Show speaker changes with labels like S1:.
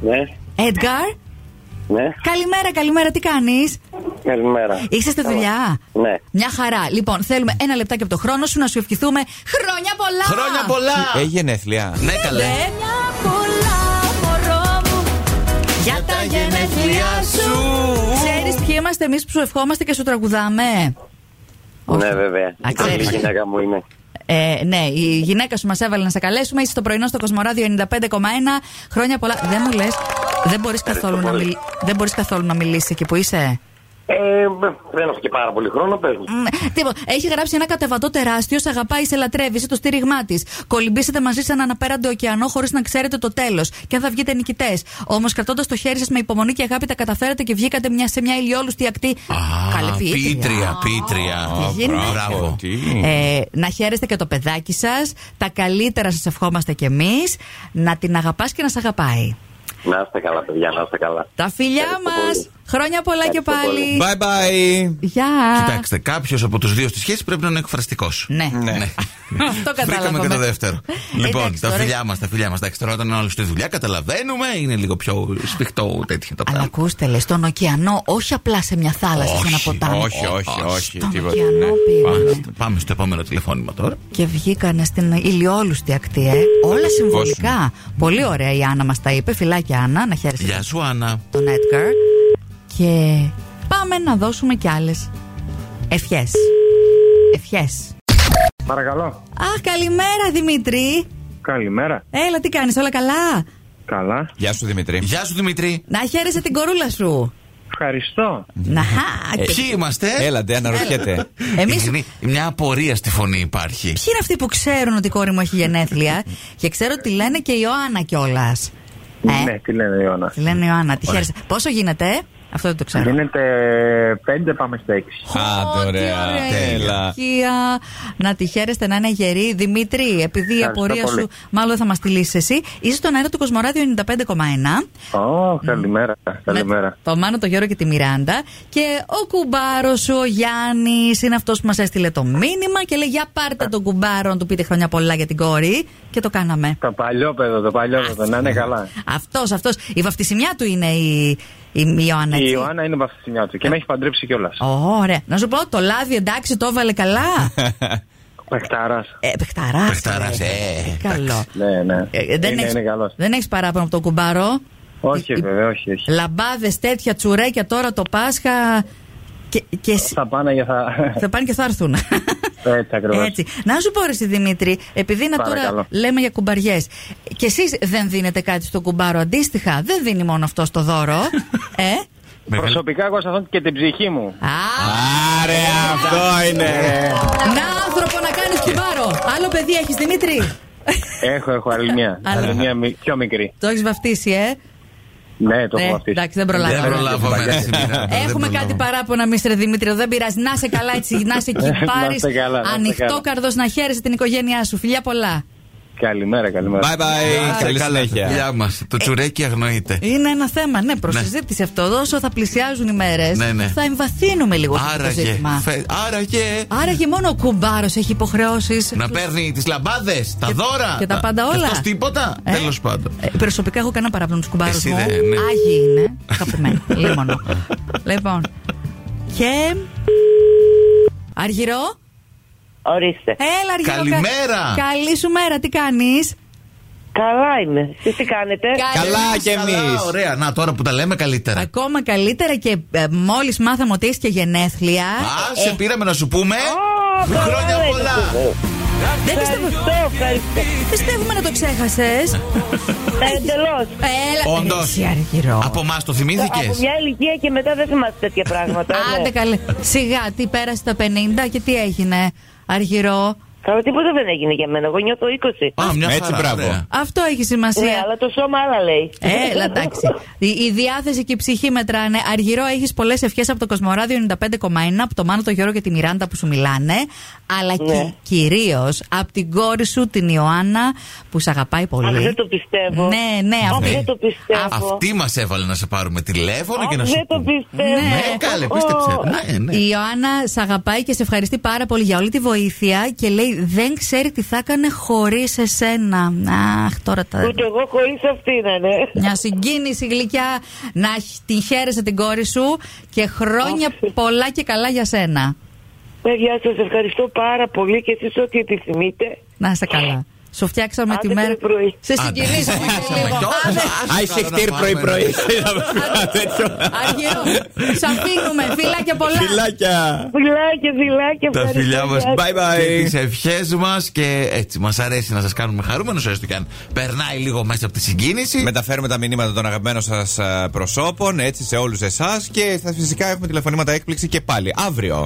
S1: Ναι,
S2: Edgar.
S1: ναι.
S2: Καλημέρα, καλημέρα, τι κάνεις.
S1: Καλημέρα.
S2: Είσαι στη δουλειά.
S1: Ναι.
S2: Μια χαρά. Λοιπόν, θέλουμε ένα λεπτάκι από το χρόνο σου να σου ευχηθούμε χρόνια πολλά.
S3: Χρόνια πολλά!
S4: Έχει γενέθλια.
S3: Ναι, καλέ.
S2: Χρόνια πολλά, μωρό μου. Για τα γενέθλιά σου. Ξέρεις ποιοι είμαστε εμείς που σου ευχόμαστε και σου τραγουδάμε. Όχι.
S1: Ναι, βέβαια.
S2: Α,
S1: Καλή
S2: ξέρεις.
S1: γυναίκα μου είναι.
S2: Ε, ναι, η γυναίκα σου μας έβαλε να σε καλέσουμε. Είσαι στο πρωινό στο Κοσμοράδιο 95,1. Χρόνια πολλά. Δεν μου λες, δεν μπορείς καθόλου, να
S1: πολύ.
S2: μιλ- δεν μπορείς καθόλου να μιλήσεις εκεί που είσαι.
S1: Ε, μ, δεν έχω και πάρα πολύ χρόνο, πες μου.
S2: Μμ, Τίποτα. Έχει γράψει ένα κατεβατό τεράστιο. Σε αγαπάει, σε λατρεύει, είσαι το στήριγμά της. Κολυμπήσετε μαζί σε έναν αναπέραντο ωκεανό χωρίς να ξέρετε το τέλος. Και αν θα βγείτε νικητές. Όμως κρατώντας το χέρι σας με υπομονή και αγάπη, τα καταφέρατε και βγήκατε μια, σε μια ηλιόλουστη ακτή. Καλή ποιήτρια.
S3: Πίτρια, πίτρια.
S2: Τι γίνεται.
S3: Μπράβο.
S4: Τι.
S2: Ε, να χαίρεστε και το παιδάκι σας. Τα καλύτερα σας ευχόμαστε κι εμείς. Να την αγαπάς και να σε αγαπάει.
S1: Να είστε καλά, παιδιά, να είστε καλά.
S2: Τα φιλιά
S1: Ευχαριστώ
S2: μας!
S1: πολύ.
S2: Χρόνια πολλά και
S1: Ευχαριστώ
S2: πάλι.
S4: Bye bye.
S2: Γεια!
S3: Κοιτάξτε, κάποιος από τους δύο στη σχέση πρέπει να είναι εκφραστικός.
S2: Ναι.
S3: Ναι.
S2: Αυτό
S3: Βρήκαμε
S2: καταλάβαμε.
S3: και το δεύτερο. λοιπόν,
S2: Εντάξει,
S3: τα
S2: τώρα-
S3: φιλιά μας, τα φιλιά μας. Εντάξει, τώρα όταν είναι όλοι στη δουλειά, καταλαβαίνουμε, είναι λίγο πιο σφιχτό τέτοιο το
S2: Αλλά
S3: πράγμα.
S2: ακούστε, λες, στον ωκεανό, όχι απλά σε μια θάλασσα, σε ένα
S3: ε, Όχι,
S2: ποτάμι.
S4: Όχι, όχι, όχι.
S2: Στον
S4: τίποτα,
S2: ωκεανό
S4: ναι.
S2: πήγαν
S3: Πάμε- Πάμε στο επόμενο τηλεφώνημα τώρα.
S2: και βγήκανε στην ηλιόλουστη ακτή, ε. Όλα συμβολικά. Πολύ ωραία η Άννα μας τα είπε. Φιλάκια, Άννα, να χαίρεσαι
S3: Γεια σου, Άννα.
S2: τον Edgar. Και πάμε να δώσουμε κι άλλες ευχές. Ευχές.
S5: Παρακαλώ.
S2: Αχ, καλημέρα Δημήτρη.
S5: Καλημέρα.
S2: Έλα, τι κάνεις, όλα καλά.
S5: Καλά.
S4: Γεια σου Δημητρή.
S3: Γεια σου, Δημητρή.
S2: Να χαίρεσαι την κορούλα σου.
S5: Ευχαριστώ.
S2: Να χα, και-
S3: Ποιοι είμαστε,
S4: Έλατε, αναρωτιέται.
S2: Εμείς-
S3: Ειλικρινή, Μια απορία στη φωνή υπάρχει.
S2: Ποιοι είναι αυτοί που ξέρουν ότι η κόρη μου έχει γενέθλια και ξέρω ότι λένε και Ιωάννα κιόλας. Ε,
S5: Ναι, τι λένε Ιωάννα.
S2: τη λένε Ιωάννα, τη χαίρεσαι. Πόσο γίνεται, ε? αυτό δεν το ξέρω.
S5: Γίνεται 5 πάμε στα 6.
S2: Ω,
S4: Άντε,
S2: τι
S4: ωραία. Τέλεια.
S2: ηλικία. Να τη χαίρεστε να είναι γερή. Δημήτρη, επειδή η
S5: Ευχαριστώ
S2: απορία
S5: πολύ.
S2: σου μάλλον θα μας τη λύσεις εσύ, είσαι στον αέρα του Κοσμοράδιο 95,1. Ναι.
S5: Ω, καλημέρα.
S2: Με
S5: Καλημέρα.
S2: Το Μάνο, το Γιώργο και τη Μιράντα. Και ο κουμπάρος σου, ο Γιάννης, είναι αυτός που μας έστειλε το μήνυμα και λέει: Για πάρτε τον κουμπάρο να του πείτε χρόνια πολλά για την κόρη. Και το κάναμε.
S5: Το παλιό παιδό, το παλιό παιδό,
S2: Ναι.
S5: να είναι καλά.
S2: Αυτός, αυτός. Η βαφτισιμιά του είναι η, η, η Ιωάννα.
S5: Η
S2: έτσι.
S5: Ιωάννα είναι βαφτισιμιά του και με έχει παντρέψει κιόλας.
S2: Ωραία. Να σου πω, το λάδι εντάξει, το έβαλε καλά.
S5: Πεχτάρα.
S2: ε, παιχταράς,
S3: Πεχταράς,
S2: λέει.
S3: ε,
S2: Τι Καλό.
S5: Ναι, ναι.
S2: Ε, δεν
S5: Είναι-
S2: έχεις-
S5: είναι καλός.
S2: δεν έχεις παράπονο από τον κουμπάρο.
S5: Όχι,
S2: Η- η-
S5: βέβαια, όχι, όχι.
S2: Λαμπάδες, τέτοια τσουρέκια τώρα το Πάσχα. Και, και εσύ-
S5: Θα πάνε για θα.
S2: θα πάνε και θα έρθουν.
S5: Έτσι ακριβώς.
S2: Έτσι. Να σου πω ρε στη Δημήτρη, επειδή να τώρα
S5: Παρακαλώ.
S2: λέμε για κουμπαριές. Και εσείς δεν δίνετε κάτι στον κουμπάρο αντίστοιχα. Δεν δίνει μόνο αυτό το δώρο. ε.
S5: Προσωπικά, εγώ σε αυτόν και την ψυχή μου.
S2: Α,
S4: Άρε, αυτό είναι.
S2: να άνθρωπο να κάνεις κουμπάρο. Άλλο παιδί έχεις Δημήτρη.
S5: Έχω, έχω άλλη μια.
S2: Αλλά-
S5: Άλλη μια μι- πιο μικρή.
S2: το έχεις βαφτίσει, ε.
S5: Ναι, το
S2: Ναι,
S5: έχω βαφτίσει.
S2: εντάξει, δεν προλάβαμε.
S3: Δεν προλάβαμε. ρε, Δημητρή. Ε, Δεν
S2: Έχουμε κάτι
S3: προλάβαμε.
S2: παράπονα, Μίστερ Δημήτρη. Δεν πειράζει. Να είσαι καλά, έτσι. Να
S3: Ε,
S2: είσαι
S5: Να
S2: κυπάρη.
S5: είστε καλά, να είστε
S2: Ανοιχτό
S5: καλά.
S2: καρδός να χαίρεσαι την οικογένειά σου. Φιλιά πολλά.
S5: Καλημέρα, καλημέρα.
S4: Bye
S3: Ε,
S4: bye. Καλή συνέχεια.
S3: Γεια μας.
S2: Ε,
S3: Το τσουρέκι αγνοείται.
S2: Είναι ένα θέμα, ναι, προσυζήτηση αυτό. Όσο θα πλησιάζουν οι μέρες,
S3: Ναι, ναι.
S2: θα εμβαθύνουμε λίγο σε αυτό το
S3: Άραγε.
S2: ζήτημα.
S3: φε- Άραγε.
S2: Άραγε μόνο ο κουμπάρος έχει υποχρεώσεις.
S3: Να παίρνει τις λαμπάδες, τα δώρα.
S2: και τα πάντα όλα.
S3: αυτός τίποτα.
S2: Ε.
S3: Τέλος πάντων.
S2: Ε, προσωπικά έχω κανένα παράπονο τους κουμπάρους
S3: Εσύ
S2: μου.
S3: δεν, ναι.
S2: Άγιοι είναι. Καπημένοι. Λίμωνο. λοιπόν. Και. Αργυρό.
S6: Ορίστε.
S2: Έλα, Αργυρό. κα-
S3: Καλημέρα.
S2: Καλή σου μέρα, τι κάνεις.
S6: Καλά είμαι. Εσείς τι κάνετε.
S4: Καλά κι
S3: Καλά,
S4: εμείς.
S3: Ωραία. Να τώρα που τα λέμε καλύτερα.
S2: Ακόμα καλύτερα και μόλις μάθαμε ότι έχεις και γενέθλια.
S3: Α,
S2: Ε,
S3: σε πήραμε να σου πούμε.
S6: Ω,
S3: Χρόνια
S6: καλά
S3: πολλά.
S2: δεν πιστεύω.
S6: Ευχαριστώ, ευχαριστώ. Ε,
S2: Πιστεύουμε να το ξέχασες.
S6: Εντελώς.
S2: Έλα,
S3: Όντως.
S2: ρε, εσύ, Αργυρό.
S3: Από εμάς το θυμήθηκες.
S6: Από μια ηλικία και μετά δεν θυμάστε τέτοια πράγματα. ναι.
S2: Άντε καλέ. Σιγά, τι πέρασε τα 50 και τι έγινε, Αργυρό.
S6: Καλά, τίποτα δεν έγινε για μένα. Εγώ νιώθω 20.
S3: Α, μια
S4: Έτσι,
S3: χαρά,
S4: μπράβο.
S3: ωραία.
S2: Αυτό έχει
S6: Ναι,
S2: σημασία.
S6: αλλά το σώμα άλλα λέει.
S2: Έλα, Ε, εντάξει. Η, η διάθεση και η ψυχή μετράνε. Αργυρό, έχεις πολλές ευχές από το Κοσμοράδιο 95,1, από το Μάνο, το Γιώργο και τη Μιράντα που σου μιλάνε. Αλλά
S6: Ναι.
S2: κυρίως από την κόρη σου, την Ιωάννα, που σε αγαπάει πολύ.
S6: Αχ, δεν το πιστεύω.
S2: Ναι, ναι,
S6: Αχ,
S2: αυτή.
S6: Ε, δεν το πιστεύω.
S3: Αυτή μας έβαλε να σε πάρουμε τηλέφωνο
S6: Αχ,
S3: και να σου
S6: δεν το
S3: πούμε.
S6: πιστεύω.
S3: Ναι, καλέ, πίστεψε. Ναι, ναι.
S2: Η Ιωάννα σε αγαπάει και σε ευχαριστεί πάρα πολύ για όλη τη βοήθεια και λέει ότι δεν ξέρει τι θα έκανε χωρίς εσένα. Αχ, τώρα τα.
S6: Ούτε εγώ χωρίς αυτή να είναι.
S2: Μια συγκίνηση γλυκιά. Να χ- την χαίρεσαι την κόρη σου και χρόνια πολλά και καλά για σένα.
S6: Παιδιά, σας ευχαριστώ πάρα πολύ και εσείς ό,τι επιθυμείτε.
S2: Να είσαι καλά. Σου φτιάξαμε
S6: Άντε
S2: τη μέρα.
S6: το πρωί.
S2: Σε
S3: Άντε.
S2: συγκινήσαμε και
S3: Συγκινήσαμε
S2: λίγο.
S3: κιόλας.
S2: Άντε.
S4: Άισε χτύρ πρωί-πρωί.
S2: Αργυρό. Σ' αφήνουμε. Φιλάκια πολλά.
S4: Φιλάκια.
S6: Φιλάκια, φιλάκια.
S3: Τα
S6: ευχαριστώ,
S3: φιλιά μα.
S6: γεια σας.
S4: Bye bye.
S3: Τις ευχές μας και έτσι μας αρέσει να σας κάνουμε χαρούμενους έστω και αν περνάει λίγο μέσα από τη συγκίνηση.
S4: Μεταφέρουμε τα μηνύματα των αγαπημένων ε, σα προσώπων έτσι σε όλους εσάς και θα- φυσικά έχουμε τηλεφωνήματα έκπληξη και πάλι αύριο.